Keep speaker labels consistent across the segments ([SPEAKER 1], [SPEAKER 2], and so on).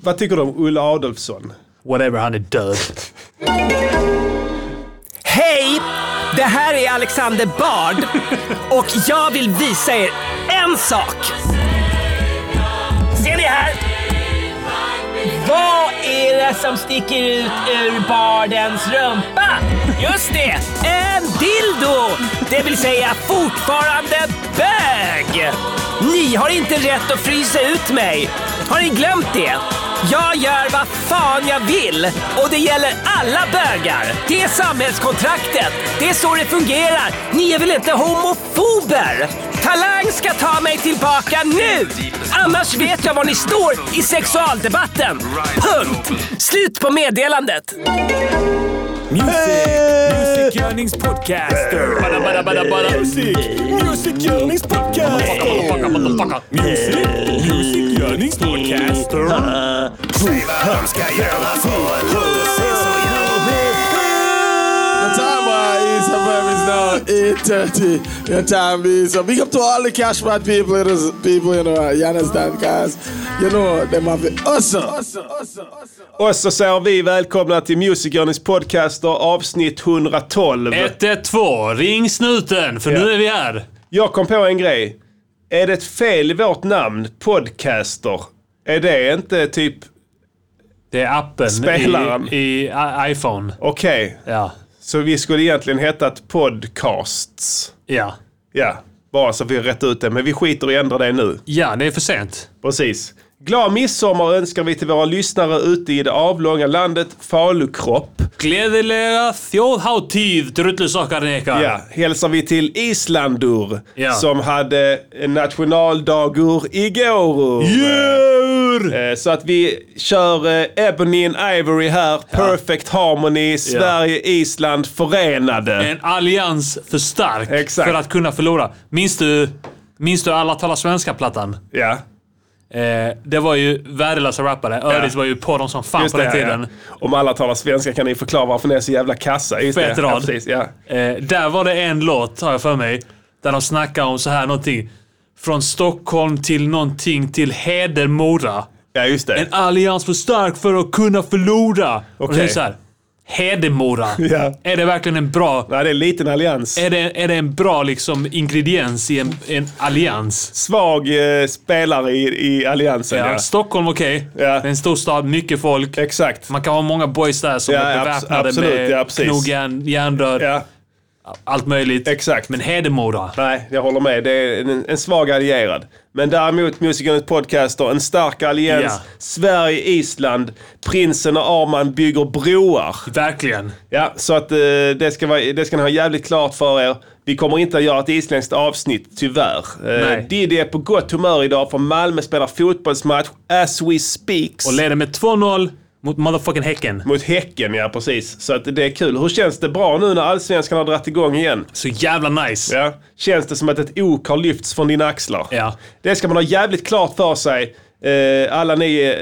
[SPEAKER 1] Vad tycker du om Ulla Adolfsson?
[SPEAKER 2] Whatever, han är död.
[SPEAKER 3] Hej! Det här är Alexander Bard och jag vill visa er en sak. Ser ni här? Vad är det som sticker ut ur Bardens rumpa? Just det, en dildo! Det vill säga fortfarande bög! Ni har inte rätt att frysa ut mig. Har ni glömt det? Jag gör vad fan jag vill och det gäller alla bögar. Det är samhällskontraktet. Det är så det fungerar. Ni är väl inte homofober? Talang ska ta mig tillbaka nu! Annars vet jag var ni står i sexualdebatten. Punkt! Slut på meddelandet.
[SPEAKER 2] Music, music podcaster. Bada, bada, bada, bada. Music, music podcaster. Music, music podcaster.
[SPEAKER 4] The time uh, is around is now 8.30. The time is uh, big up to all the cash fat people, it is- people, you know, uh, you understand, guys. You know, them have it awesome. awesome, awesome, awesome.
[SPEAKER 1] Och så säger vi välkomna till Music Journeys podcaster avsnitt 112.
[SPEAKER 2] 112, ring snuten för nu är vi här.
[SPEAKER 1] Jag kom på en grej. Är det ett fel i vårt namn, podcaster? Är det inte typ
[SPEAKER 2] Det är appen
[SPEAKER 1] Spelaren.
[SPEAKER 2] i, i i- iPhone.
[SPEAKER 1] okej?
[SPEAKER 2] Ja,
[SPEAKER 1] Så vi skulle egentligen hetat podcasts.
[SPEAKER 2] ja.
[SPEAKER 1] Ja, bara så vi rätt ut det. Men vi skiter i att ändra det nu.
[SPEAKER 2] Ja, det är för sent.
[SPEAKER 1] Precis. Glad midsommar önskar vi till våra lyssnare ute i det avlånga landet Falukropp.
[SPEAKER 2] Glädjelera fjolhautiv, truttlesakarekar.
[SPEAKER 1] Ja, hälsar vi till Islandur
[SPEAKER 2] Ja.
[SPEAKER 1] som hade nationaldagur igår.
[SPEAKER 2] Djur!
[SPEAKER 1] Eh, Så att vi kör eh, Ebony and Ivory här, Perfect Harmony, Sverige, Island förenade.
[SPEAKER 2] En allians för stark
[SPEAKER 1] Exakt.
[SPEAKER 2] för att kunna förlora. Minns du, minns du Alla talar svenska-plattan?
[SPEAKER 1] Ja.
[SPEAKER 2] Eh, det var ju värdelösa rappare. Öris var ju på dem som fan
[SPEAKER 1] Just
[SPEAKER 2] på den
[SPEAKER 1] det, ja,
[SPEAKER 2] tiden.
[SPEAKER 1] ja. Om alla talar svenska kan ni förklara varför ni är så jävla kassa. Just
[SPEAKER 2] Fet
[SPEAKER 1] det. Ja,
[SPEAKER 2] rad.
[SPEAKER 1] precis, ja.
[SPEAKER 2] Eh, där var det en låt, har jag för mig, där de snackar om så här någonting. Från Stockholm till någonting till Hedemora.
[SPEAKER 1] ja, just det.
[SPEAKER 2] En allians för stark för att kunna förlora. Och det är
[SPEAKER 1] Okej.
[SPEAKER 2] så här, Hedemora.
[SPEAKER 1] Ja.
[SPEAKER 2] Är det verkligen en bra...
[SPEAKER 1] Nej, det är en liten allians.
[SPEAKER 2] Är det, är det en bra liksom ingrediens i en, en allians?
[SPEAKER 1] Svag eh, spelare i, i alliansen.
[SPEAKER 2] Ja.
[SPEAKER 1] Ja.
[SPEAKER 2] Stockholm, okej.
[SPEAKER 1] Ja.
[SPEAKER 2] Det är en stor stad, mycket folk.
[SPEAKER 1] Exakt.
[SPEAKER 2] Man kan ha många boys där som
[SPEAKER 1] Ja,
[SPEAKER 2] är
[SPEAKER 1] abs-
[SPEAKER 2] beväpnade
[SPEAKER 1] absolut,
[SPEAKER 2] med
[SPEAKER 1] ja, precis.
[SPEAKER 2] knogjärn, järnrör,
[SPEAKER 1] Ja,
[SPEAKER 2] allt möjligt.
[SPEAKER 1] exakt.
[SPEAKER 2] Men Hedemora.
[SPEAKER 1] Nej, jag håller med. Det är en, en svag allierad. Men däremot Musikernas podcaster, en stark allians.
[SPEAKER 2] Ja.
[SPEAKER 1] Sverige, Island, prinsen och Arman bygger broar.
[SPEAKER 2] Verkligen.
[SPEAKER 1] Ja, så att eh, det, ska vara, det ska ni ha jävligt klart för er. Vi kommer inte att göra ett isländskt avsnitt, tyvärr. Eh,
[SPEAKER 2] Nej.
[SPEAKER 1] Diddy är på gott humör idag för Malmö spelar fotbollsmatch as we speaks.
[SPEAKER 2] Och leder med 2-0 mot motherfucking Häcken.
[SPEAKER 1] mot Häcken, ja precis. Så att det är kul. Hur känns det bra nu när allsvenskan har dragit igång igen?
[SPEAKER 2] Så jävla nice.
[SPEAKER 1] Ja. Känns det som att ett ok har lyfts från dina axlar?
[SPEAKER 2] Ja.
[SPEAKER 1] Det ska man ha jävligt klart för sig. Eh, alla ni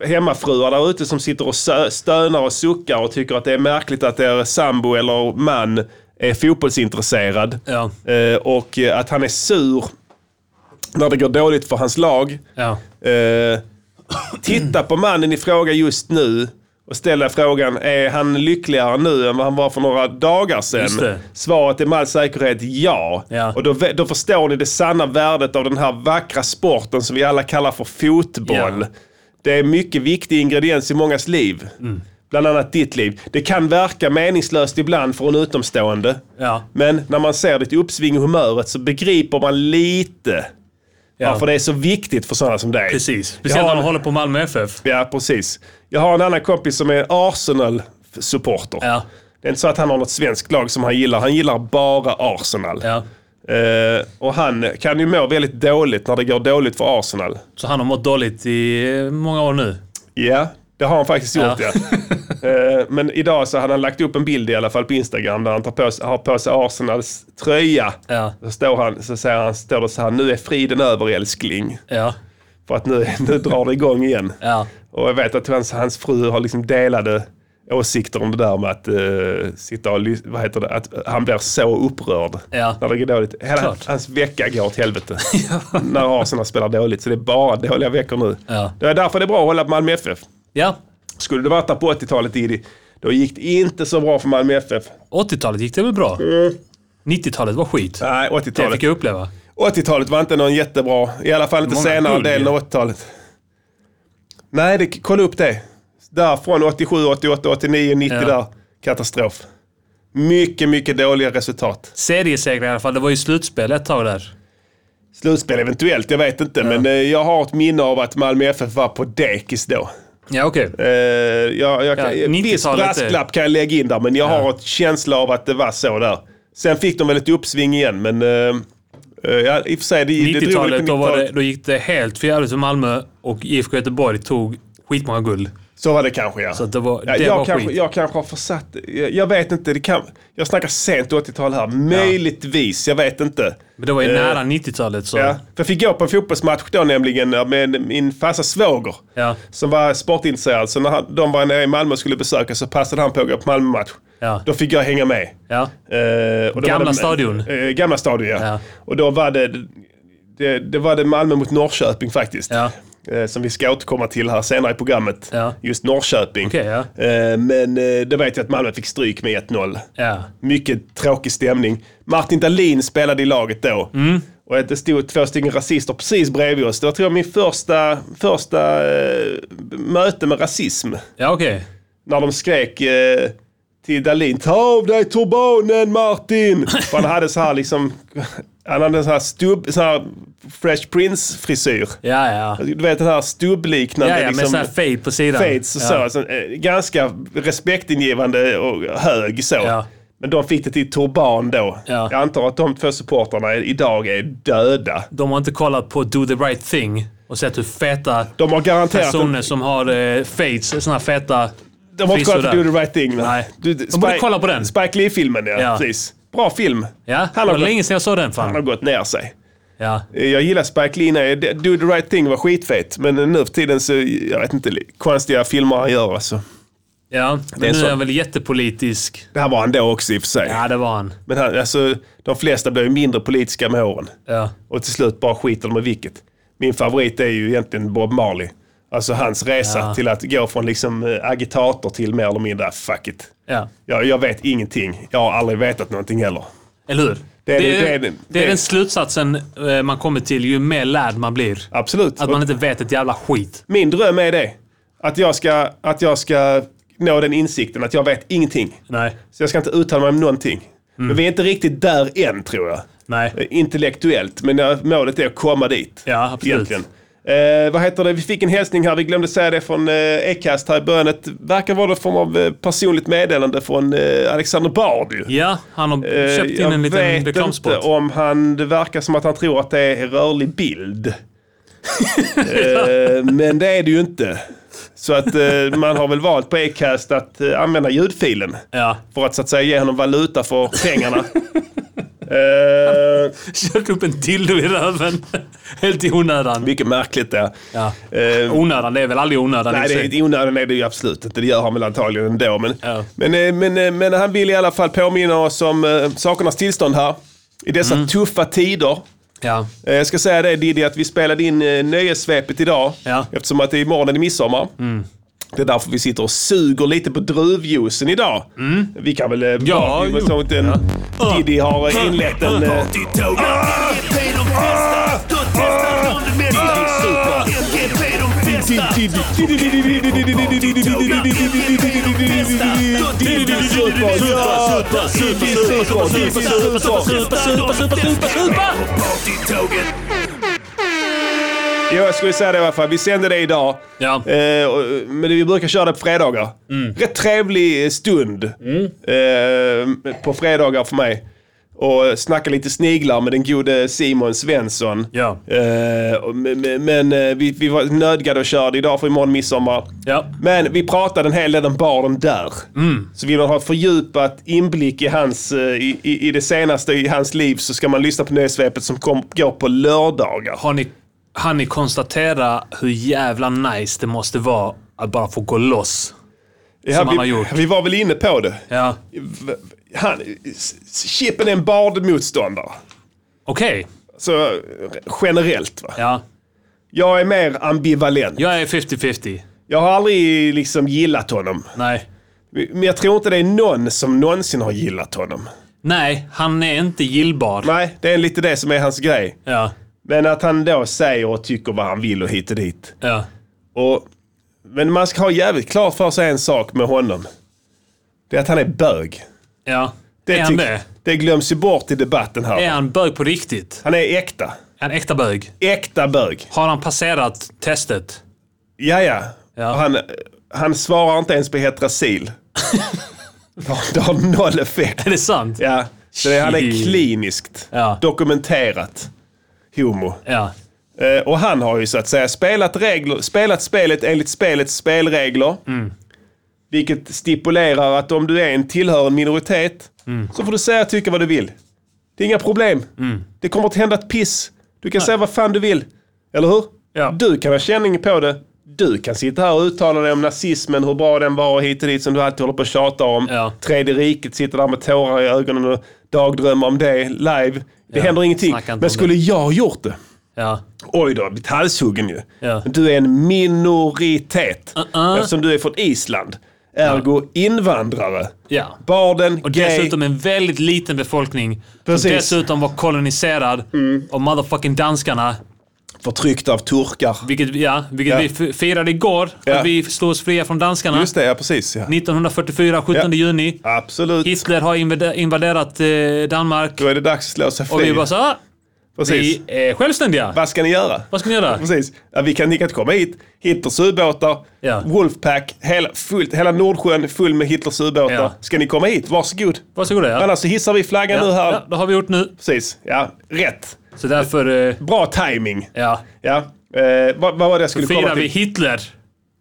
[SPEAKER 1] eh, hemmafruar där ute som sitter och sö- stönar och suckar och tycker att det är märkligt att er sambo eller man är fotbollsintresserad.
[SPEAKER 2] Ja.
[SPEAKER 1] Eh, och eh, att han är sur när det går dåligt för hans lag.
[SPEAKER 2] Ja.
[SPEAKER 1] Eh, titta på mannen i fråga just nu och ställa frågan, är han lyckligare nu än vad han var för några dagar
[SPEAKER 2] Just
[SPEAKER 1] sedan?
[SPEAKER 2] det.
[SPEAKER 1] Svaret är med all säkerhet ja.
[SPEAKER 2] Ja.
[SPEAKER 1] Och då, vä- då förstår ni det sanna värdet av den här vackra sporten som vi alla kallar för fotboll.
[SPEAKER 2] Ja.
[SPEAKER 1] Det är mycket viktig ingrediens i mångas liv.
[SPEAKER 2] Mm.
[SPEAKER 1] Bland annat ditt liv. Det kan verka meningslöst ibland för en utomstående.
[SPEAKER 2] Ja.
[SPEAKER 1] Men när man ser ditt uppsving i humöret så begriper man lite
[SPEAKER 2] Ja.
[SPEAKER 1] varför det är så viktigt för sådana som dig.
[SPEAKER 2] Precis. Speciellt
[SPEAKER 1] Jag har
[SPEAKER 2] när de
[SPEAKER 1] en-
[SPEAKER 2] håller på Malmö FF.
[SPEAKER 1] Ja, precis. Jag har en annan kompis som är Arsenal-supporter.
[SPEAKER 2] Ja.
[SPEAKER 1] Det är inte så att han har något svenskt lag som han gillar. Han gillar bara Arsenal.
[SPEAKER 2] Ja.
[SPEAKER 1] Eh, och han kan ju må väldigt dåligt när det går dåligt för Arsenal.
[SPEAKER 2] Så han har mått dåligt i eh, många år nu.
[SPEAKER 1] Ja, det har han faktiskt gjort ja.
[SPEAKER 2] Ja.
[SPEAKER 1] Eh, Men idag så hade han lagt upp en bild i alla fall på Instagram där han tar på sig, har på sig Arsenals tröja.
[SPEAKER 2] Ja.
[SPEAKER 1] Så, står han, så säger han, står det så här, nu är friden över älskling.
[SPEAKER 2] Ja.
[SPEAKER 1] För att nu, nu drar det igång igen.
[SPEAKER 2] Ja.
[SPEAKER 1] Och jag vet att hans, hans fru har liksom delade åsikter om det där med att eh, sitta och lys- vad heter det, att eh, han blir så upprörd
[SPEAKER 2] Ja.
[SPEAKER 1] när det går dåligt. Hela
[SPEAKER 2] Klart.
[SPEAKER 1] hans vecka går åt helvete när Arsenal spelar dåligt. Så det är bara dåliga veckor nu.
[SPEAKER 2] Ja.
[SPEAKER 1] Det är därför det är bra att hålla på Malmö FF.
[SPEAKER 2] Ja,
[SPEAKER 1] Skulle du varit där på 80-talet, Diddy, då gick det inte så bra för Malmö FF.
[SPEAKER 2] 80-talet gick det väl bra?
[SPEAKER 1] Mm.
[SPEAKER 2] 90-talet var skit.
[SPEAKER 1] Nej,
[SPEAKER 2] Det fick
[SPEAKER 1] 80-talet.
[SPEAKER 2] jag uppleva.
[SPEAKER 1] 80-talet var inte någon jättebra. I alla fall inte
[SPEAKER 2] Många
[SPEAKER 1] senare
[SPEAKER 2] guld,
[SPEAKER 1] delen
[SPEAKER 2] ju.
[SPEAKER 1] av 80-talet. Nej, det, kolla upp det. Där från 87, 88, 89, 90
[SPEAKER 2] Ja.
[SPEAKER 1] där. Katastrof. Mycket, mycket dåliga resultat.
[SPEAKER 2] Seriesegrar i alla fall. Det var ju slutspel ett tag där.
[SPEAKER 1] Slutspel eventuellt, jag vet inte. Men eh, jag har ett minne av att Malmö FF var på dekis då.
[SPEAKER 2] Ja, okej.
[SPEAKER 1] Eh, jag, jag kan,
[SPEAKER 2] Ja, eh.
[SPEAKER 1] en viss
[SPEAKER 2] 90-talet är-
[SPEAKER 1] brasklapp kan jag lägga in där, men jag har en känsla av att det var så där. Sen fick de väl ett uppsving igen, men... eh, eh, ja, i och för sig, det, det drog väl
[SPEAKER 2] 90-talet,
[SPEAKER 1] på
[SPEAKER 2] då, var
[SPEAKER 1] 90-talet.
[SPEAKER 2] det, då gick det helt för jävligt för Malmö och IFK Göteborg tog skitmånga guld.
[SPEAKER 1] Så var det kanske ja.
[SPEAKER 2] Så att det var-
[SPEAKER 1] ja
[SPEAKER 2] det
[SPEAKER 1] jag,
[SPEAKER 2] var
[SPEAKER 1] kanske,
[SPEAKER 2] skit.
[SPEAKER 1] jag kanske har försatt, jag, jag vet inte, det kan, jag snackar sent 80-tal här. Möjligtvis, jag vet inte.
[SPEAKER 2] Men det var ju
[SPEAKER 1] Eh,
[SPEAKER 2] nära 90-talet. Så.
[SPEAKER 1] Ja, för jag fick gå på en fotbollsmatch då nämligen med min farsa svåger.
[SPEAKER 2] Ja.
[SPEAKER 1] Som var sportintresserad. Så när han, de var nere i Malmö och skulle besöka så passade han på att gå på Malmö-match.
[SPEAKER 2] Ja.
[SPEAKER 1] Då fick jag hänga med.
[SPEAKER 2] Ja.
[SPEAKER 1] Eh, och då
[SPEAKER 2] Gamla
[SPEAKER 1] var det,
[SPEAKER 2] stadion.
[SPEAKER 1] Eh, gamla stadion, ja.
[SPEAKER 2] Ja.
[SPEAKER 1] Och då var det, det, det var det Malmö mot Norrköping faktiskt.
[SPEAKER 2] Ja.
[SPEAKER 1] Eh, som vi ska återkomma till här senare i programmet.
[SPEAKER 2] Ja.
[SPEAKER 1] Just Norrköping.
[SPEAKER 2] Okej, ja.
[SPEAKER 1] eh, men eh, då vet jag att Malmö fick stryk med 1-0.
[SPEAKER 2] Ja.
[SPEAKER 1] Mycket tråkig stämning. Martin Dahlin spelade i laget då.
[SPEAKER 2] Mm.
[SPEAKER 1] Och att det stod två stycken rasister precis bredvid oss. Det var tror jag min första, första eh, möte med rasism
[SPEAKER 2] Ja, okej.
[SPEAKER 1] när de skrek eh, till Dahlin Ta av dig turbanen Martin! För han hade så här liksom, han hade så här stubb, så här Fresh Prince-frisyr.
[SPEAKER 2] Ja, ja.
[SPEAKER 1] Du vet den här stubbliknande
[SPEAKER 2] Ja, ja, med
[SPEAKER 1] liksom,
[SPEAKER 2] sån här fade på sidan.
[SPEAKER 1] fades och så.
[SPEAKER 2] Ja.
[SPEAKER 1] Alltså, eh, ganska respektingivande och hög så.
[SPEAKER 2] Ja.
[SPEAKER 1] Men de fick det till turban då.
[SPEAKER 2] Ja.
[SPEAKER 1] Jag antar att de två supportrarna idag är döda.
[SPEAKER 2] De har inte kollat på Do the right thing och sett hur feta
[SPEAKER 1] De har garanterat...
[SPEAKER 2] personer som har eh, fades, såna här feta
[SPEAKER 1] De har inte kollat på
[SPEAKER 2] frisyrer.
[SPEAKER 1] Do the right thing. va?
[SPEAKER 2] Nej.
[SPEAKER 1] Du,
[SPEAKER 2] De borde
[SPEAKER 1] Spike-
[SPEAKER 2] kolla på den.
[SPEAKER 1] Spike Lee-filmen ja,
[SPEAKER 2] Ja.
[SPEAKER 1] precis. Bra film.
[SPEAKER 2] Ja, det
[SPEAKER 1] Han har
[SPEAKER 2] var
[SPEAKER 1] gått-
[SPEAKER 2] länge sedan jag såg den
[SPEAKER 1] Han har
[SPEAKER 2] fan.
[SPEAKER 1] gått ner sig.
[SPEAKER 2] Ja.
[SPEAKER 1] Eh, Jag gillar Spike Lee. när- Do the right thing var skitfet. Men eh, nu för tiden så, jag vet inte, li- konstiga filmer han gör alltså.
[SPEAKER 2] ja. Men
[SPEAKER 1] är
[SPEAKER 2] nu
[SPEAKER 1] så.
[SPEAKER 2] är han väl jättepolitisk.
[SPEAKER 1] Det här var han då också i och för sig.
[SPEAKER 2] Ja, det var han.
[SPEAKER 1] Men han, alltså, de flesta blir ju mindre politiska med åren.
[SPEAKER 2] Ja.
[SPEAKER 1] Och till slut bara skiter de i vilket. Min favorit är ju egentligen Bob Marley. Alltså hans resa
[SPEAKER 2] Ja.
[SPEAKER 1] till att gå från liksom eh, agitator till mer eller mindre fuck it.
[SPEAKER 2] Ja.
[SPEAKER 1] Jag, jag vet ingenting. Jag har aldrig vetat någonting heller.
[SPEAKER 2] Eller hur?
[SPEAKER 1] Det är- det
[SPEAKER 2] det,
[SPEAKER 1] är-
[SPEAKER 2] är,
[SPEAKER 1] det är-
[SPEAKER 2] den slutsatsen eh, man kommer till ju mer lärd man blir.
[SPEAKER 1] Absolut.
[SPEAKER 2] Att
[SPEAKER 1] Och-
[SPEAKER 2] man inte vet ett jävla skit.
[SPEAKER 1] Min dröm är det. Att jag ska, att jag ska nå den insikten att jag vet ingenting.
[SPEAKER 2] Nej.
[SPEAKER 1] Så jag ska inte uttala mig om någonting. Men vi är inte riktigt där än tror jag. Eh,
[SPEAKER 2] Mm. Nej.
[SPEAKER 1] Intellektuellt, men eh, målet är att komma dit.
[SPEAKER 2] Ja, absolut.
[SPEAKER 1] Eh, vad heter det? Vi fick en hälsning här, vi glömde säga det från eh, Ecast här i början. Det verkar vara någon form av eh, personligt meddelande från eh, Alexander Bard ju.
[SPEAKER 2] Ja, han har
[SPEAKER 1] Eh,
[SPEAKER 2] köpt in
[SPEAKER 1] jag
[SPEAKER 2] en liten
[SPEAKER 1] vet
[SPEAKER 2] reklamspot.
[SPEAKER 1] inte om han, det verkar som att han tror att det är rörlig bild. eh, men det är det ju inte. Så att eh, man har väl valt på Acast att eh, använda ljudfilen.
[SPEAKER 2] Ja.
[SPEAKER 1] För att så att säga ge honom valuta för pengarna. eh,
[SPEAKER 2] Kört upp en dildo i röven. Helt i onödan.
[SPEAKER 1] mycket märkligt det.
[SPEAKER 2] Ja. Oh,
[SPEAKER 1] Eh,
[SPEAKER 2] Onödan, det är väl aldrig onödan i och
[SPEAKER 1] Nej,
[SPEAKER 2] för
[SPEAKER 1] det,
[SPEAKER 2] sig.
[SPEAKER 1] i onödan är det ju absolut inte. Det gör han väl antagligen ändå. Men,
[SPEAKER 2] Ja.
[SPEAKER 1] men, eh, men, eh, men han vill i alla fall påminna oss om eh, sakernas tillstånd här. I dessa
[SPEAKER 2] Mm.
[SPEAKER 1] tuffa tider.
[SPEAKER 2] Ja.
[SPEAKER 1] Eh, Jag ska säga det Diddy, att vi spelade in eh, nöjessvepet idag.
[SPEAKER 2] Ja.
[SPEAKER 1] Eftersom att det är imorgon är det midsommar. Det är därför vi sitter och suger lite på druvjuicen idag. Vi kan väl... eh, bara-
[SPEAKER 2] jo.
[SPEAKER 1] så att en, Diddy har eh, inlett en... eh, Jo, jag skulle säga det i alla fall. Vi sände det idag.
[SPEAKER 2] Ja. Mm.
[SPEAKER 1] Eh, och- men vi brukar köra det på fredagar. Rätt trevlig eh, stund eh, på fredagar för mig. Och eh, snacka lite sniglar med den gode Simon Svensson.
[SPEAKER 2] Ja.
[SPEAKER 1] Eh, och- men men- men eh, vi, vi var nödgade att köra det idag för imorgon midsommar.
[SPEAKER 2] Ja. Mm.
[SPEAKER 1] Men vi pratade en hel del om baren där. Så vill man ha fördjupat inblick i, hans, eh, i, i, i det senaste i hans liv så ska man lyssna på Nöjesvepet som kom, går på lördagar.
[SPEAKER 2] Har ni, har ni konstatera hur jävla nice det måste vara att bara få gå loss?
[SPEAKER 1] Ja,
[SPEAKER 2] han har
[SPEAKER 1] vi,
[SPEAKER 2] gjort.
[SPEAKER 1] vi var väl inne på det.
[SPEAKER 2] Ja.
[SPEAKER 1] V- Han, Chippen är en Bard-motståndare.
[SPEAKER 2] Okej.
[SPEAKER 1] Så eh, generellt va.
[SPEAKER 2] Ja.
[SPEAKER 1] Jag är mer ambivalent.
[SPEAKER 2] Jag är 50-50.
[SPEAKER 1] Jag har aldrig liksom gillat honom.
[SPEAKER 2] Nej.
[SPEAKER 1] Men jag tror inte det är någon som någonsin har gillat honom.
[SPEAKER 2] Nej, han är inte gillbar.
[SPEAKER 1] Nej, det är lite det som är hans grej.
[SPEAKER 2] Ja.
[SPEAKER 1] Men att han då säger och tycker vad han vill och hit och dit.
[SPEAKER 2] Ja.
[SPEAKER 1] Och, men man ska ha jävligt klart för sig en sak med honom. Det är att han är bög.
[SPEAKER 2] Ja.
[SPEAKER 1] Det,
[SPEAKER 2] är han
[SPEAKER 1] tyck-
[SPEAKER 2] det?
[SPEAKER 1] det glöms ju bort i debatten här.
[SPEAKER 2] Är han bög på riktigt?
[SPEAKER 1] Han är äkta.
[SPEAKER 2] Är han äkta bög?
[SPEAKER 1] Äkta bög.
[SPEAKER 2] Har han passerat testet?
[SPEAKER 1] Ja, ja.
[SPEAKER 2] Ja.
[SPEAKER 1] Och Han, han svarar inte ens på hetrasil. det har noll effekt.
[SPEAKER 2] Är det sant?
[SPEAKER 1] Ja. Så det, han är
[SPEAKER 2] Shit.
[SPEAKER 1] kliniskt
[SPEAKER 2] Ja.
[SPEAKER 1] dokumenterat homo.
[SPEAKER 2] Ja.
[SPEAKER 1] Eh, och han har ju så att säga spelat, regler, spelat spelet enligt spelets spelregler.
[SPEAKER 2] Mm.
[SPEAKER 1] Vilket stipulerar att om du är en tillhör en minoritet
[SPEAKER 2] Mm.
[SPEAKER 1] så får du säga och tycka vad du vill. Det är inga problem. Det kommer inte hända ett piss. Du kan säga vad fan du vill. Eller hur?
[SPEAKER 2] Ja.
[SPEAKER 1] Du kan ha känning på det. Du kan sitta här och uttala dig om nazismen, hur bra den var och hit och dit som du alltid håller på och tjatar om.
[SPEAKER 2] Ja.
[SPEAKER 1] Tredje riket, sitter där med tårar i ögonen och dagdrömmer om det live. Det
[SPEAKER 2] Ja,
[SPEAKER 1] händer ingenting.
[SPEAKER 2] snacka inte om
[SPEAKER 1] Men skulle jag ha gjort det?
[SPEAKER 2] Ja.
[SPEAKER 1] Oj då, blivit halshuggen ju.
[SPEAKER 2] Ja.
[SPEAKER 1] Du är en minoritet.
[SPEAKER 2] Uh-uh.
[SPEAKER 1] Eftersom du är från Island. Ergo invandrare.
[SPEAKER 2] Ja.
[SPEAKER 1] Barden,
[SPEAKER 2] Och
[SPEAKER 1] gay.
[SPEAKER 2] dessutom en väldigt liten befolkning.
[SPEAKER 1] Precis. Mm.
[SPEAKER 2] Som dessutom var koloniserad av motherfucking danskarna.
[SPEAKER 1] Förtryckt av turkar.
[SPEAKER 2] Vilket, ja, vilket
[SPEAKER 1] Ja.
[SPEAKER 2] vi f- firade igår.
[SPEAKER 1] Ja.
[SPEAKER 2] Att vi slog oss fria från danskarna.
[SPEAKER 1] Just det, ja precis. Ja.
[SPEAKER 2] 1944, 17
[SPEAKER 1] Ja.
[SPEAKER 2] juni.
[SPEAKER 1] Absolut.
[SPEAKER 2] Hitler har invade- invaderat eh, Danmark.
[SPEAKER 1] Då är det dags att slå sig
[SPEAKER 2] Och vi
[SPEAKER 1] fri.
[SPEAKER 2] bara så ah,
[SPEAKER 1] precis.
[SPEAKER 2] vi är självständiga.
[SPEAKER 1] Vad ska ni göra?
[SPEAKER 2] Vad ska ni göra?
[SPEAKER 1] Precis. Ja, vi kan, ni kan inte komma hit. Hitlers ubåtar,
[SPEAKER 2] Ja.
[SPEAKER 1] Wolfpack, hela, fullt, hela Nordsjön full med Hitlers ubåtar.
[SPEAKER 2] Ja.
[SPEAKER 1] Ska ni komma hit? Varsågod.
[SPEAKER 2] Varsågoda. Ja.
[SPEAKER 1] Annars så hissar vi flaggan äh, nu här.
[SPEAKER 2] Ja, det har vi gjort nu.
[SPEAKER 1] Precis, ja. Rätt.
[SPEAKER 2] Så därför, eh,
[SPEAKER 1] Bra timing.
[SPEAKER 2] ja.
[SPEAKER 1] Ja. Eh, vad, vad var det jag skulle komma
[SPEAKER 2] Firar vi
[SPEAKER 1] till?
[SPEAKER 2] Hitler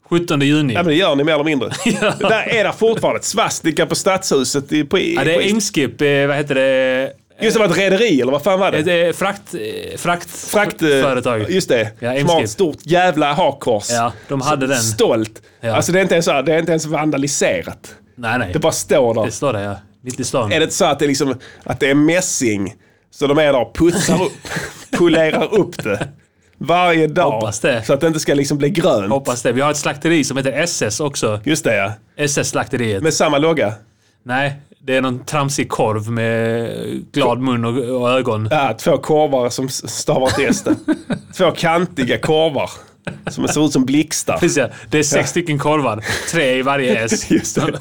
[SPEAKER 2] 17 juni.
[SPEAKER 1] Ja, men det gör ni mer eller mindre.
[SPEAKER 2] Ja.
[SPEAKER 1] Där är det fortfarande ett svastika på stadshuset. i- På, i-
[SPEAKER 2] Ja, det
[SPEAKER 1] på,
[SPEAKER 2] är Eimskip, eh, vad heter det?
[SPEAKER 1] just det, var ett rederi eller vad fan var det?
[SPEAKER 2] Ett eh, frakt, eh, frakt,
[SPEAKER 1] Frakt, eh,
[SPEAKER 2] företag.
[SPEAKER 1] Just det.
[SPEAKER 2] Ja,
[SPEAKER 1] Smart,
[SPEAKER 2] Eimskip.
[SPEAKER 1] stort jävla hakkors.
[SPEAKER 2] Ja, de hade den.
[SPEAKER 1] Stolt.
[SPEAKER 2] Ja.
[SPEAKER 1] Alltså det är, inte ens, så här- det är inte ens vandaliserat.
[SPEAKER 2] Nej, nej.
[SPEAKER 1] Det bara står där.
[SPEAKER 2] Det står det, ja. Mitt i stan.
[SPEAKER 1] Är det inte så att det är, liksom, att det är mässing, så de är där och putsar upp, polerar upp det. Varje dag.
[SPEAKER 2] Hoppas det.
[SPEAKER 1] Så att det inte ska liksom bli grönt.
[SPEAKER 2] Hoppas det. Vi har ett slakteri som heter SS också.
[SPEAKER 1] Just det ja.
[SPEAKER 2] SS-slakteriet.
[SPEAKER 1] Med samma logga.
[SPEAKER 2] Nej, det är någon tramsig korv med glad mun och, och ögon.
[SPEAKER 1] Ja, Äh, två korvar som s- stavar till S där. Två kantiga korvar. Som ser ut som blixtar.
[SPEAKER 2] Precis, ja. Det är sex stycken korvar. Tre i varje S.
[SPEAKER 1] Just det.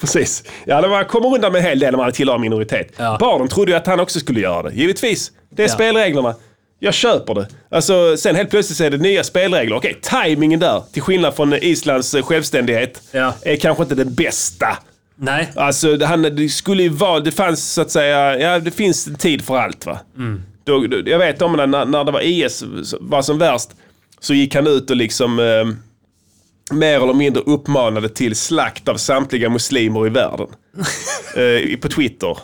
[SPEAKER 1] Precis. Ja, de kommer undan med en hel del om han tillhör minoritet.
[SPEAKER 2] Ja.
[SPEAKER 1] Barnen trodde ju att han också skulle göra det. Givetvis. Det är
[SPEAKER 2] Ja.
[SPEAKER 1] spelreglerna. Jag köper det. Alltså, sen helt plötsligt så är det nya spelregler. Okej, timingen där, till skillnad från Islands eh, självständighet,
[SPEAKER 2] Ja.
[SPEAKER 1] är kanske inte den bästa.
[SPEAKER 2] Nej.
[SPEAKER 1] Alltså det- han, det skulle ju vara, det fanns så att säga, ja det finns en tid för allt va. Då, då, jag vet om när, när det var IS så- var som värst så gick han ut och liksom eh, mer eller mindre uppmanade till slakt av samtliga muslimer i världen. eh, på Twitter.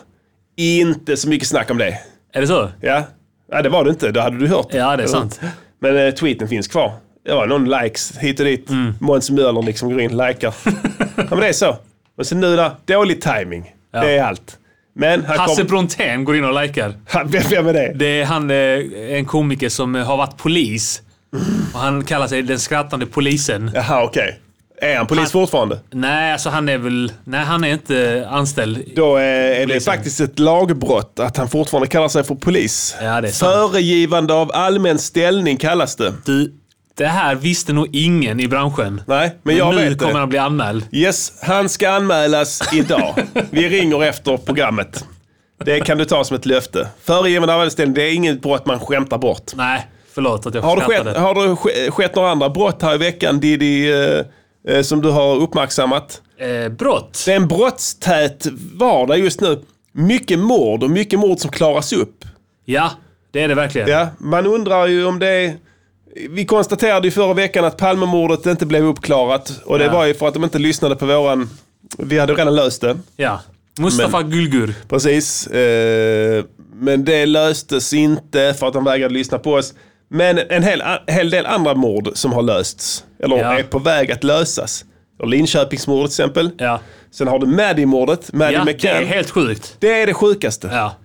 [SPEAKER 1] Inte så mycket snack om det.
[SPEAKER 2] Är det så?
[SPEAKER 1] Ja, ja det var det inte. Då hade du hört det.
[SPEAKER 2] Ja, det är sant.
[SPEAKER 1] Men eh, tweeten finns kvar. Det var någon likes hit och dit.
[SPEAKER 2] Mm.
[SPEAKER 1] Måns Möller liksom går in och likar. ja, men det är så. Och sen nu där, dålig timing. Det är allt. Men han
[SPEAKER 2] Hasse
[SPEAKER 1] kom...
[SPEAKER 2] Brontén går in och likar.
[SPEAKER 1] Han, vem, vem är det?
[SPEAKER 2] Det är han, eh, en komiker som eh, har varit polis. Och han kallar sig den skrattande polisen.
[SPEAKER 1] Jaha, okej. Är han polis
[SPEAKER 2] Han-
[SPEAKER 1] fortfarande?
[SPEAKER 2] Nej, alltså han är väl... Nej, han är inte anställd.
[SPEAKER 1] Då är, är det faktiskt ett lagbrott att han fortfarande kallar sig för polis.
[SPEAKER 2] Ja, det är sant.
[SPEAKER 1] Föregivande av allmän ställning kallas det.
[SPEAKER 2] Du, det här visste nog ingen i branschen.
[SPEAKER 1] Nej, men, jag
[SPEAKER 2] nu
[SPEAKER 1] vet det.
[SPEAKER 2] kommer han bli anmäld.
[SPEAKER 1] Yes, han ska anmälas idag. Vi ringer efter programmet. Det kan du ta som ett löfte. Föregivande av anställning, det är inget brott man skämtar bort.
[SPEAKER 2] Nej, förlåt att jag
[SPEAKER 1] Har det
[SPEAKER 2] skrattade.
[SPEAKER 1] skett, har det ske- skett några andra brott här i veckan, Diddy, eh, eh, som du har uppmärksammat?
[SPEAKER 2] Eh, brott?
[SPEAKER 1] Det är en brottstät vardag just nu. Mycket mord och mycket mord som klaras upp.
[SPEAKER 2] Ja, det är det verkligen.
[SPEAKER 1] Ja, man undrar ju om det är... Vi konstaterade ju förra veckan att Palmemordet inte blev uppklarat. Och det
[SPEAKER 2] Ja.
[SPEAKER 1] var ju för att de inte lyssnade på våran... Vi hade redan löst det.
[SPEAKER 2] Ja. Mustafa Gulgur.
[SPEAKER 1] Precis. Eh, men det löstes inte för att de vägrade lyssna på oss. Men en hel, a- hel del andra mord som har lösts, eller
[SPEAKER 2] Ja.
[SPEAKER 1] är på väg att lösas. Och Linköpingsmordet till exempel.
[SPEAKER 2] Ja.
[SPEAKER 1] Sen har du Maddie-mordet, Maddie
[SPEAKER 2] Ja, det är
[SPEAKER 1] McCann.
[SPEAKER 2] helt sjukt.
[SPEAKER 1] Det är det sjukaste.
[SPEAKER 2] Ja.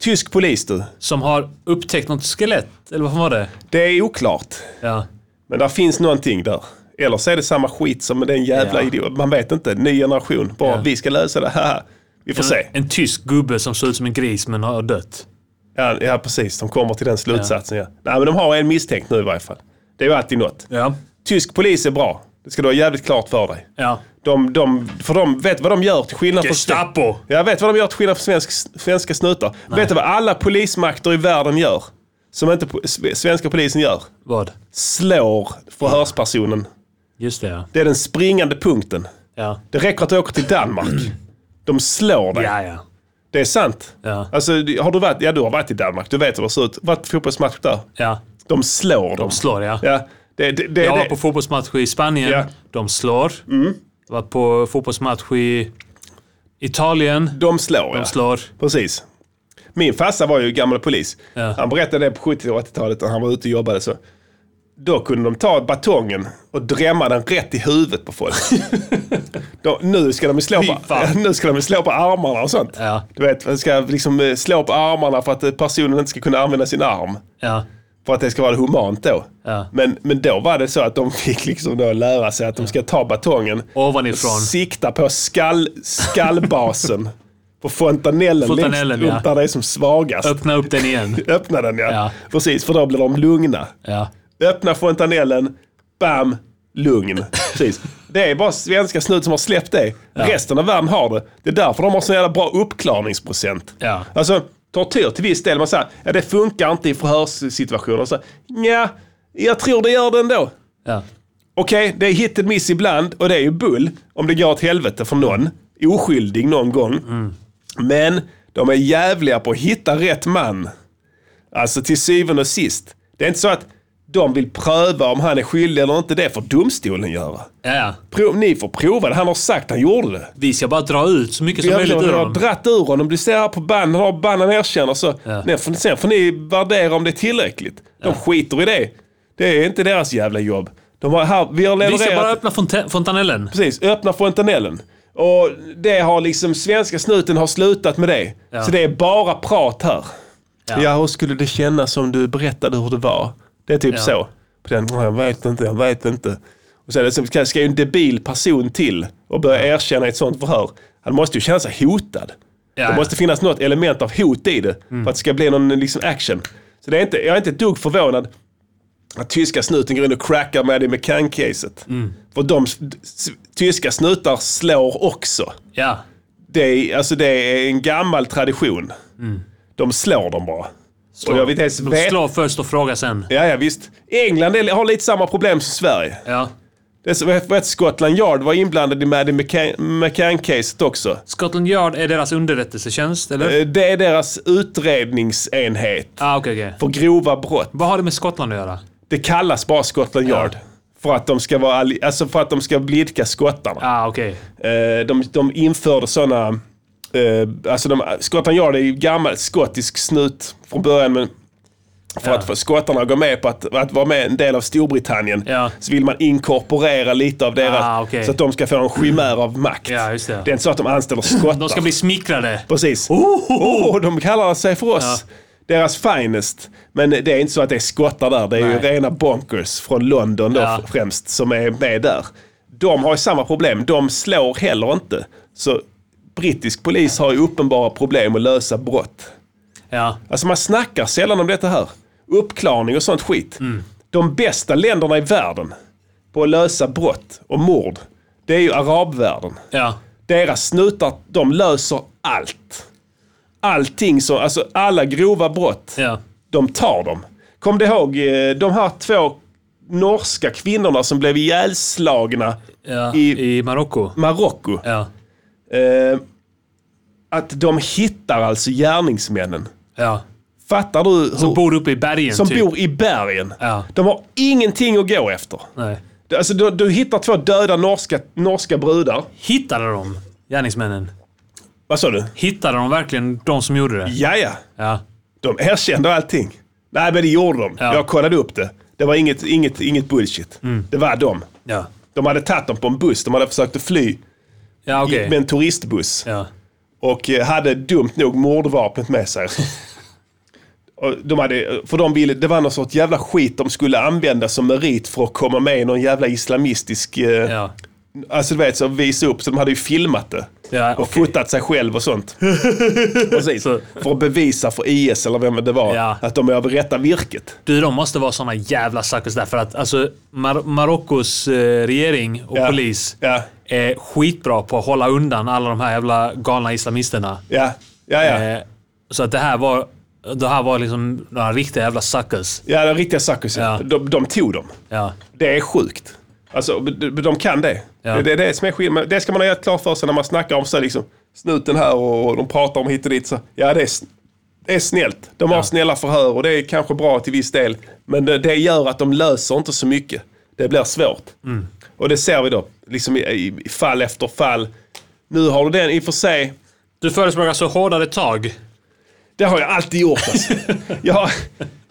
[SPEAKER 1] Tysk polis du.
[SPEAKER 2] Som har upptäckt något skelett, eller vad fan var det?
[SPEAKER 1] Det är oklart.
[SPEAKER 2] Ja.
[SPEAKER 1] Men där finns någonting där. Eller så är det samma skit som med den jävla
[SPEAKER 2] Ja.
[SPEAKER 1] idiot. Man vet inte. Ny generation. Bara
[SPEAKER 2] Ja.
[SPEAKER 1] vi ska lösa det. Haha. Vi får se.
[SPEAKER 2] En, en tysk gubbe som ser ut som en gris men har dött.
[SPEAKER 1] Ja, ja, precis. De kommer till den slutsatsen. Ja. Nej, men de har en misstänkt nu i varje fall. Det är ju alltid något.
[SPEAKER 2] Ja.
[SPEAKER 1] Tysk polis är bra. Det ska du ha jävligt klart för dig.
[SPEAKER 2] Ja.
[SPEAKER 1] De, de, för de vet vad de gör till skillnad från...
[SPEAKER 2] Gestapo!
[SPEAKER 1] Jag vet vad de gör till skillnad från svensk, svenska snutar. Vet du vad alla polismakter i världen gör? Som inte po- sve- svenska polisen gör?
[SPEAKER 2] Vad?
[SPEAKER 1] Slår förhörspersonen.
[SPEAKER 2] Just det ja.
[SPEAKER 1] Det är den springande punkten.
[SPEAKER 2] Ja.
[SPEAKER 1] Det räcker att du åker till Danmark. De slår dig.
[SPEAKER 2] Ja, ja.
[SPEAKER 1] Det är sant.
[SPEAKER 2] Ja.
[SPEAKER 1] Alltså, har du varit, ja, du har varit i Danmark. Du vet hur det ser ut. Varit på fotbollsmatch där.
[SPEAKER 2] ja.
[SPEAKER 1] De slår dem.
[SPEAKER 2] Slår ja.
[SPEAKER 1] Ja, det, det, det,
[SPEAKER 2] Jag var
[SPEAKER 1] det.
[SPEAKER 2] på fotbollsmatch i Spanien.
[SPEAKER 1] Ja.
[SPEAKER 2] De slår. Mm. Jag var på fotbollsmatch i Italien.
[SPEAKER 1] De slår, ja.
[SPEAKER 2] De slår.
[SPEAKER 1] Precis. Min farsa var ju gammal polis.
[SPEAKER 2] Ja.
[SPEAKER 1] Han berättade det på 70 och 80-talet när han var ute och jobbade. Så. Då kunde de ta batongen och drämma den rätt i huvudet på folk. de, nu, ska de ju slå
[SPEAKER 2] Fy
[SPEAKER 1] på,
[SPEAKER 2] fan.
[SPEAKER 1] nu ska de ju slå på armarna och sånt.
[SPEAKER 2] Ja.
[SPEAKER 1] Du vet, man ska liksom eh, slå på armarna för att eh, personen inte ska kunna använda sin arm.
[SPEAKER 2] Ja.
[SPEAKER 1] För att det ska vara humant då.
[SPEAKER 2] Ja.
[SPEAKER 1] Men, men då var det så att de fick liksom då lära sig att de ska ta batongen
[SPEAKER 2] Ovanifrån.
[SPEAKER 1] sikta på skall, skallbasen. på fontanellen,
[SPEAKER 2] Fontanellen,
[SPEAKER 1] längst upp
[SPEAKER 2] ja.
[SPEAKER 1] där det är som svagast.
[SPEAKER 2] Öppna upp den igen.
[SPEAKER 1] Öppna den ja.
[SPEAKER 2] Ja.
[SPEAKER 1] Precis, för då blir de lugna.
[SPEAKER 2] Ja.
[SPEAKER 1] Öppna fontanellen, bam, lugn. Precis. Det är bara svenska snut som har släppt det. Resten av världen har det. Det är därför de har så jävla bra uppklarningsprocent.
[SPEAKER 2] Ja.
[SPEAKER 1] Alltså, tortyr till viss del. Man säger, ja det funkar inte i förhörssituationer. Så, ja, jag tror det gör det ändå.
[SPEAKER 2] Ja.
[SPEAKER 1] Okej, det är hit and miss ibland och det är ju bull om det går åt helvete för någon. Oskyldig någon gång. Men de är jävliga på att hitta rätt man. Alltså till syvende och sist. Det är inte så att de vill pröva om han är skyldig eller inte. Det får domstolen göra.
[SPEAKER 2] ja.
[SPEAKER 1] Prov, ni får prova det. Han har sagt han gjorde det.
[SPEAKER 2] Vi ska bara dra ut så mycket som
[SPEAKER 1] Jag
[SPEAKER 2] möjligt ur
[SPEAKER 1] har
[SPEAKER 2] honom.
[SPEAKER 1] dratt ur honom. Du ser här på band, han har band han erkänner. Så Nej, för- Sen får ni värdera om det är tillräckligt. De skiter i det. Det är inte deras jävla jobb. De har, här, vi har
[SPEAKER 2] Vi
[SPEAKER 1] levererat...
[SPEAKER 2] ska bara öppna fontä- fontanellen.
[SPEAKER 1] Precis, öppna fontanellen. Och det har liksom, svenska snuten har slutat med det.
[SPEAKER 2] Ja.
[SPEAKER 1] Så det är bara prat här. Ja.
[SPEAKER 2] Ja.
[SPEAKER 1] hur skulle det kännas om du berättade hur det var? Det är typ
[SPEAKER 2] Ja.
[SPEAKER 1] så. På den, "Åh, jag vet inte, jag vet inte. Och sen liksom, ska, ska ju en debil person till och börja erkänna i ett sånt förhör. Han måste ju känna sig hotad.
[SPEAKER 2] Ja,
[SPEAKER 1] det
[SPEAKER 2] ja. Mm.
[SPEAKER 1] måste finnas något element av hot i det för att det ska bli någon liksom, action. Så det är inte, jag är inte ett dugg förvånad att tyska snuten går in och crackar med det med caset För de s- s- tyska snutar slår också.
[SPEAKER 2] Ja.
[SPEAKER 1] Det är, alltså det är en gammal tradition. De slår dem bara.
[SPEAKER 2] Slå.
[SPEAKER 1] Och jag vet inte ens
[SPEAKER 2] De
[SPEAKER 1] vet-
[SPEAKER 2] slår först och frågar sen.
[SPEAKER 1] Ja, ja visst. England är- har lite samma problem som Sverige.
[SPEAKER 2] Ja.
[SPEAKER 1] Det är så- jag vet, Scotland Yard var inblandad i Maddie McCann-caset också.
[SPEAKER 2] Scotland Yard är deras underrättelsetjänst, eller?
[SPEAKER 1] Eh, Det är deras utredningsenhet
[SPEAKER 2] ah, okej, okej.
[SPEAKER 1] för grova brott.
[SPEAKER 2] Vad har det med Skottland att göra?
[SPEAKER 1] Det kallas bara Scotland Yard. För att de ska vara, alli- alltså för att de ska blidka skottarna.
[SPEAKER 2] Ah, okej.
[SPEAKER 1] Eh, de, de införde sådana... Eh, alltså de, Scotland Yard är ju gammal skottisk snut från början. Men för
[SPEAKER 2] Ja.
[SPEAKER 1] att få skottarna att gå med på att, att vara med en del av Storbritannien
[SPEAKER 2] Ja.
[SPEAKER 1] så vill man inkorporera lite av deras...
[SPEAKER 2] Ah, okej.
[SPEAKER 1] Så att de ska få en skimär av makt.
[SPEAKER 2] Ja, just det.
[SPEAKER 1] är inte så att de anställer skottar.
[SPEAKER 2] De ska bli smickrade.
[SPEAKER 1] Precis. Oh, de kallar sig för oss. Deras finest. Men det är inte så att det är skottar där. Det är ju
[SPEAKER 2] Nej.
[SPEAKER 1] rena bonkers från London då
[SPEAKER 2] Ja.
[SPEAKER 1] f- främst som är med där. De har ju samma problem. De slår heller inte. Så brittisk polis har ju uppenbara problem att lösa brott.
[SPEAKER 2] Ja.
[SPEAKER 1] Alltså man snackar sällan om detta här. Uppklarning och sånt skit.
[SPEAKER 2] Mm.
[SPEAKER 1] De bästa länderna i världen på att lösa brott och mord, det är ju arabvärlden.
[SPEAKER 2] Ja.
[SPEAKER 1] Deras snutar, de löser allt. Allting som, alltså alla grova brott,
[SPEAKER 2] Ja.
[SPEAKER 1] de tar dem. Kom du ihåg eh, de här två norska kvinnorna som blev ihjälslagna
[SPEAKER 2] ja.
[SPEAKER 1] i
[SPEAKER 2] I Marocko.
[SPEAKER 1] Marocko?
[SPEAKER 2] Ja.
[SPEAKER 1] Eh, att de hittar alltså gärningsmännen.
[SPEAKER 2] Ja.
[SPEAKER 1] Fattar du? Hur,
[SPEAKER 2] Som bor uppe i bergen,
[SPEAKER 1] som
[SPEAKER 2] typ.
[SPEAKER 1] bor i bergen.
[SPEAKER 2] Ja.
[SPEAKER 1] De har ingenting att gå efter.
[SPEAKER 2] Nej.
[SPEAKER 1] Alltså, du, du hittar två döda norska, norska brudar.
[SPEAKER 2] Hittade de gärningsmännen?
[SPEAKER 1] Vad sa du?
[SPEAKER 2] Hittade de verkligen de som gjorde det?
[SPEAKER 1] Ja, ja.
[SPEAKER 2] Ja.
[SPEAKER 1] De erkände allting. Nej, men det gjorde de.
[SPEAKER 2] Ja. Mm.
[SPEAKER 1] Jag kollade upp det. Det var inget, inget, inget bullshit. Det var de.
[SPEAKER 2] Ja.
[SPEAKER 1] De hade tagit dem på en buss. De hade försökt att fly
[SPEAKER 2] Ja,
[SPEAKER 1] i-
[SPEAKER 2] okej.
[SPEAKER 1] med en turistbuss.
[SPEAKER 2] Ja.
[SPEAKER 1] Och eh, hade dumt nog mordvapnet med sig. Och De hade, för de ville, det var någon sorts jävla skit de skulle använda som merit för att komma med i någon jävla islamistisk... eh,
[SPEAKER 2] Ja.
[SPEAKER 1] Alltså du vet, så visa upp. Så de hade ju filmat det.
[SPEAKER 2] Ja,
[SPEAKER 1] och
[SPEAKER 2] okej.
[SPEAKER 1] fotat sig själv och sånt. Precis.
[SPEAKER 2] Så-
[SPEAKER 1] För att bevisa för IS eller vem det var
[SPEAKER 2] Ja.
[SPEAKER 1] att de är över rätta virket.
[SPEAKER 2] Du, de måste vara såna jävla suckers där. För att alltså, Mar- Marockos eh, regering och
[SPEAKER 1] Ja.
[SPEAKER 2] polis
[SPEAKER 1] Ja.
[SPEAKER 2] är skitbra på att hålla undan alla de här jävla galna islamisterna.
[SPEAKER 1] Ja, ja, ja.
[SPEAKER 2] Eh, så att det här var, det här var liksom några riktiga jävla suckers.
[SPEAKER 1] Ja, de riktiga suckersen.
[SPEAKER 2] Ja.
[SPEAKER 1] De, de tog dem.
[SPEAKER 2] Ja.
[SPEAKER 1] Det är sjukt. Alltså, de, de kan det.
[SPEAKER 2] Ja.
[SPEAKER 1] Det, det är det som är skillnaden. Det ska man ha helt klart för sig när man snackar om så här, liksom, snuten här och, och de pratar om hit och dit. Så, ja, det är, sn- det är snällt. De har snälla förhör och det är kanske bra till viss del. Men det, det gör att de löser inte så mycket. Det blir svårt. Och det ser vi då, liksom i, i, i fall efter fall. Nu har du den, i och för sig,
[SPEAKER 2] Du förespråkar så hårdare tag.
[SPEAKER 1] det har jag alltid gjort alltså. jag,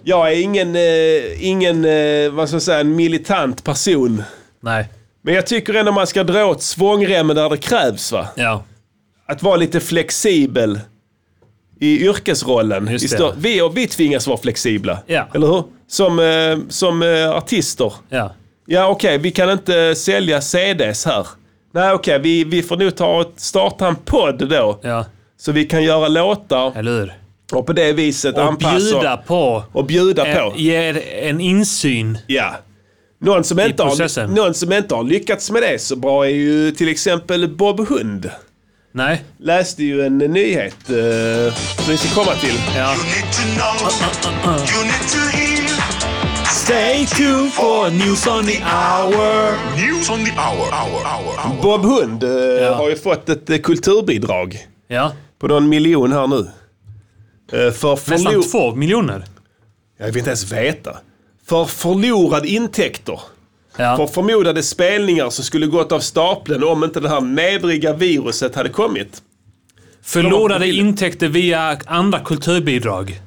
[SPEAKER 1] jag är ingen, eh, ingen eh, vad ska jag säga, en militant person.
[SPEAKER 2] Nej.
[SPEAKER 1] Men jag tycker ändå man ska dra åt svångremmen där det krävs va?
[SPEAKER 2] Ja.
[SPEAKER 1] Att vara lite flexibel i yrkesrollen.
[SPEAKER 2] Just
[SPEAKER 1] I
[SPEAKER 2] det.
[SPEAKER 1] stör- vi, och vi tvingas vara flexibla.
[SPEAKER 2] Ja.
[SPEAKER 1] Eller hur? Som, eh, som eh, artister.
[SPEAKER 2] Ja.
[SPEAKER 1] Ja okej, vi kan inte sälja CDs här. Nej okej, vi, vi får nog ta och starta en podd då.
[SPEAKER 2] Ja.
[SPEAKER 1] Så vi kan göra låtar
[SPEAKER 2] Eller hur?
[SPEAKER 1] och på det viset
[SPEAKER 2] Och
[SPEAKER 1] anpassa
[SPEAKER 2] bjuda Eh, på.
[SPEAKER 1] alltså, och bjuda på.
[SPEAKER 2] En, ger en insyn.
[SPEAKER 1] Ja. Någon som, inte har,
[SPEAKER 2] processen.
[SPEAKER 1] någon som inte har lyckats med det så bra är ju till exempel Bob Hund.
[SPEAKER 2] Nej.
[SPEAKER 1] Läste ju en nyhet eh, som vi ska komma till.
[SPEAKER 2] Ja.
[SPEAKER 5] You need to know. You need to hear.
[SPEAKER 1] Stay tuned for news on the hour.
[SPEAKER 5] News on the hour. Hour. Hour. Hour.
[SPEAKER 1] Bob Hund eh, har ju fått ett eh, kulturbidrag
[SPEAKER 2] ja.
[SPEAKER 1] på någon miljon här nu. Eh, för
[SPEAKER 2] Nästan
[SPEAKER 1] förlo-
[SPEAKER 2] två miljoner.
[SPEAKER 1] Jag vill inte ens veta. För förlorade intäkter.
[SPEAKER 2] Ja.
[SPEAKER 1] För förmodade spelningar som skulle gått av stapeln om inte det här nedriga viruset hade kommit.
[SPEAKER 2] Förlorade intäkter via andra kulturbidrag.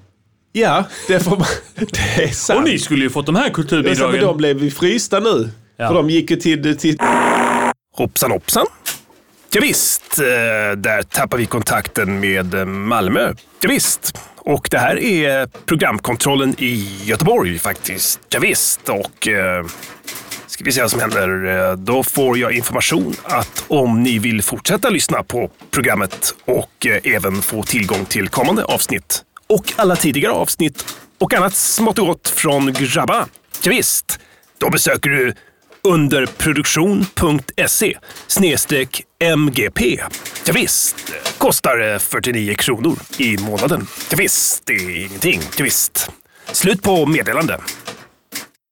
[SPEAKER 1] Ja, det, får man, det är sant.
[SPEAKER 2] Och ni skulle ju fått de här
[SPEAKER 1] Men så- men de
[SPEAKER 2] kulturbidragen.
[SPEAKER 1] blev vi frysta nu.
[SPEAKER 2] Ja.
[SPEAKER 1] För de gick ju till... till...
[SPEAKER 6] Hoppsan hoppsan. Ja, visst, eh, där tappar vi kontakten med eh, Malmö. Ja, visst. Och det här är programkontrollen i Göteborg faktiskt. Ja, visst. och eh, ska vi se vad som händer. Eh, Då får jag information att om ni vill fortsätta lyssna på programmet och eh, även få tillgång till kommande avsnitt och alla tidigare avsnitt och annat smått och gott från grabbarna. Ja, visst. då besöker du underproduktion.se E snedstreck MGP. Ja, visst. kostar eh, 49 kronor i månaden. Ja, visst. det är ingenting. Ja, visst. Slut på meddelande.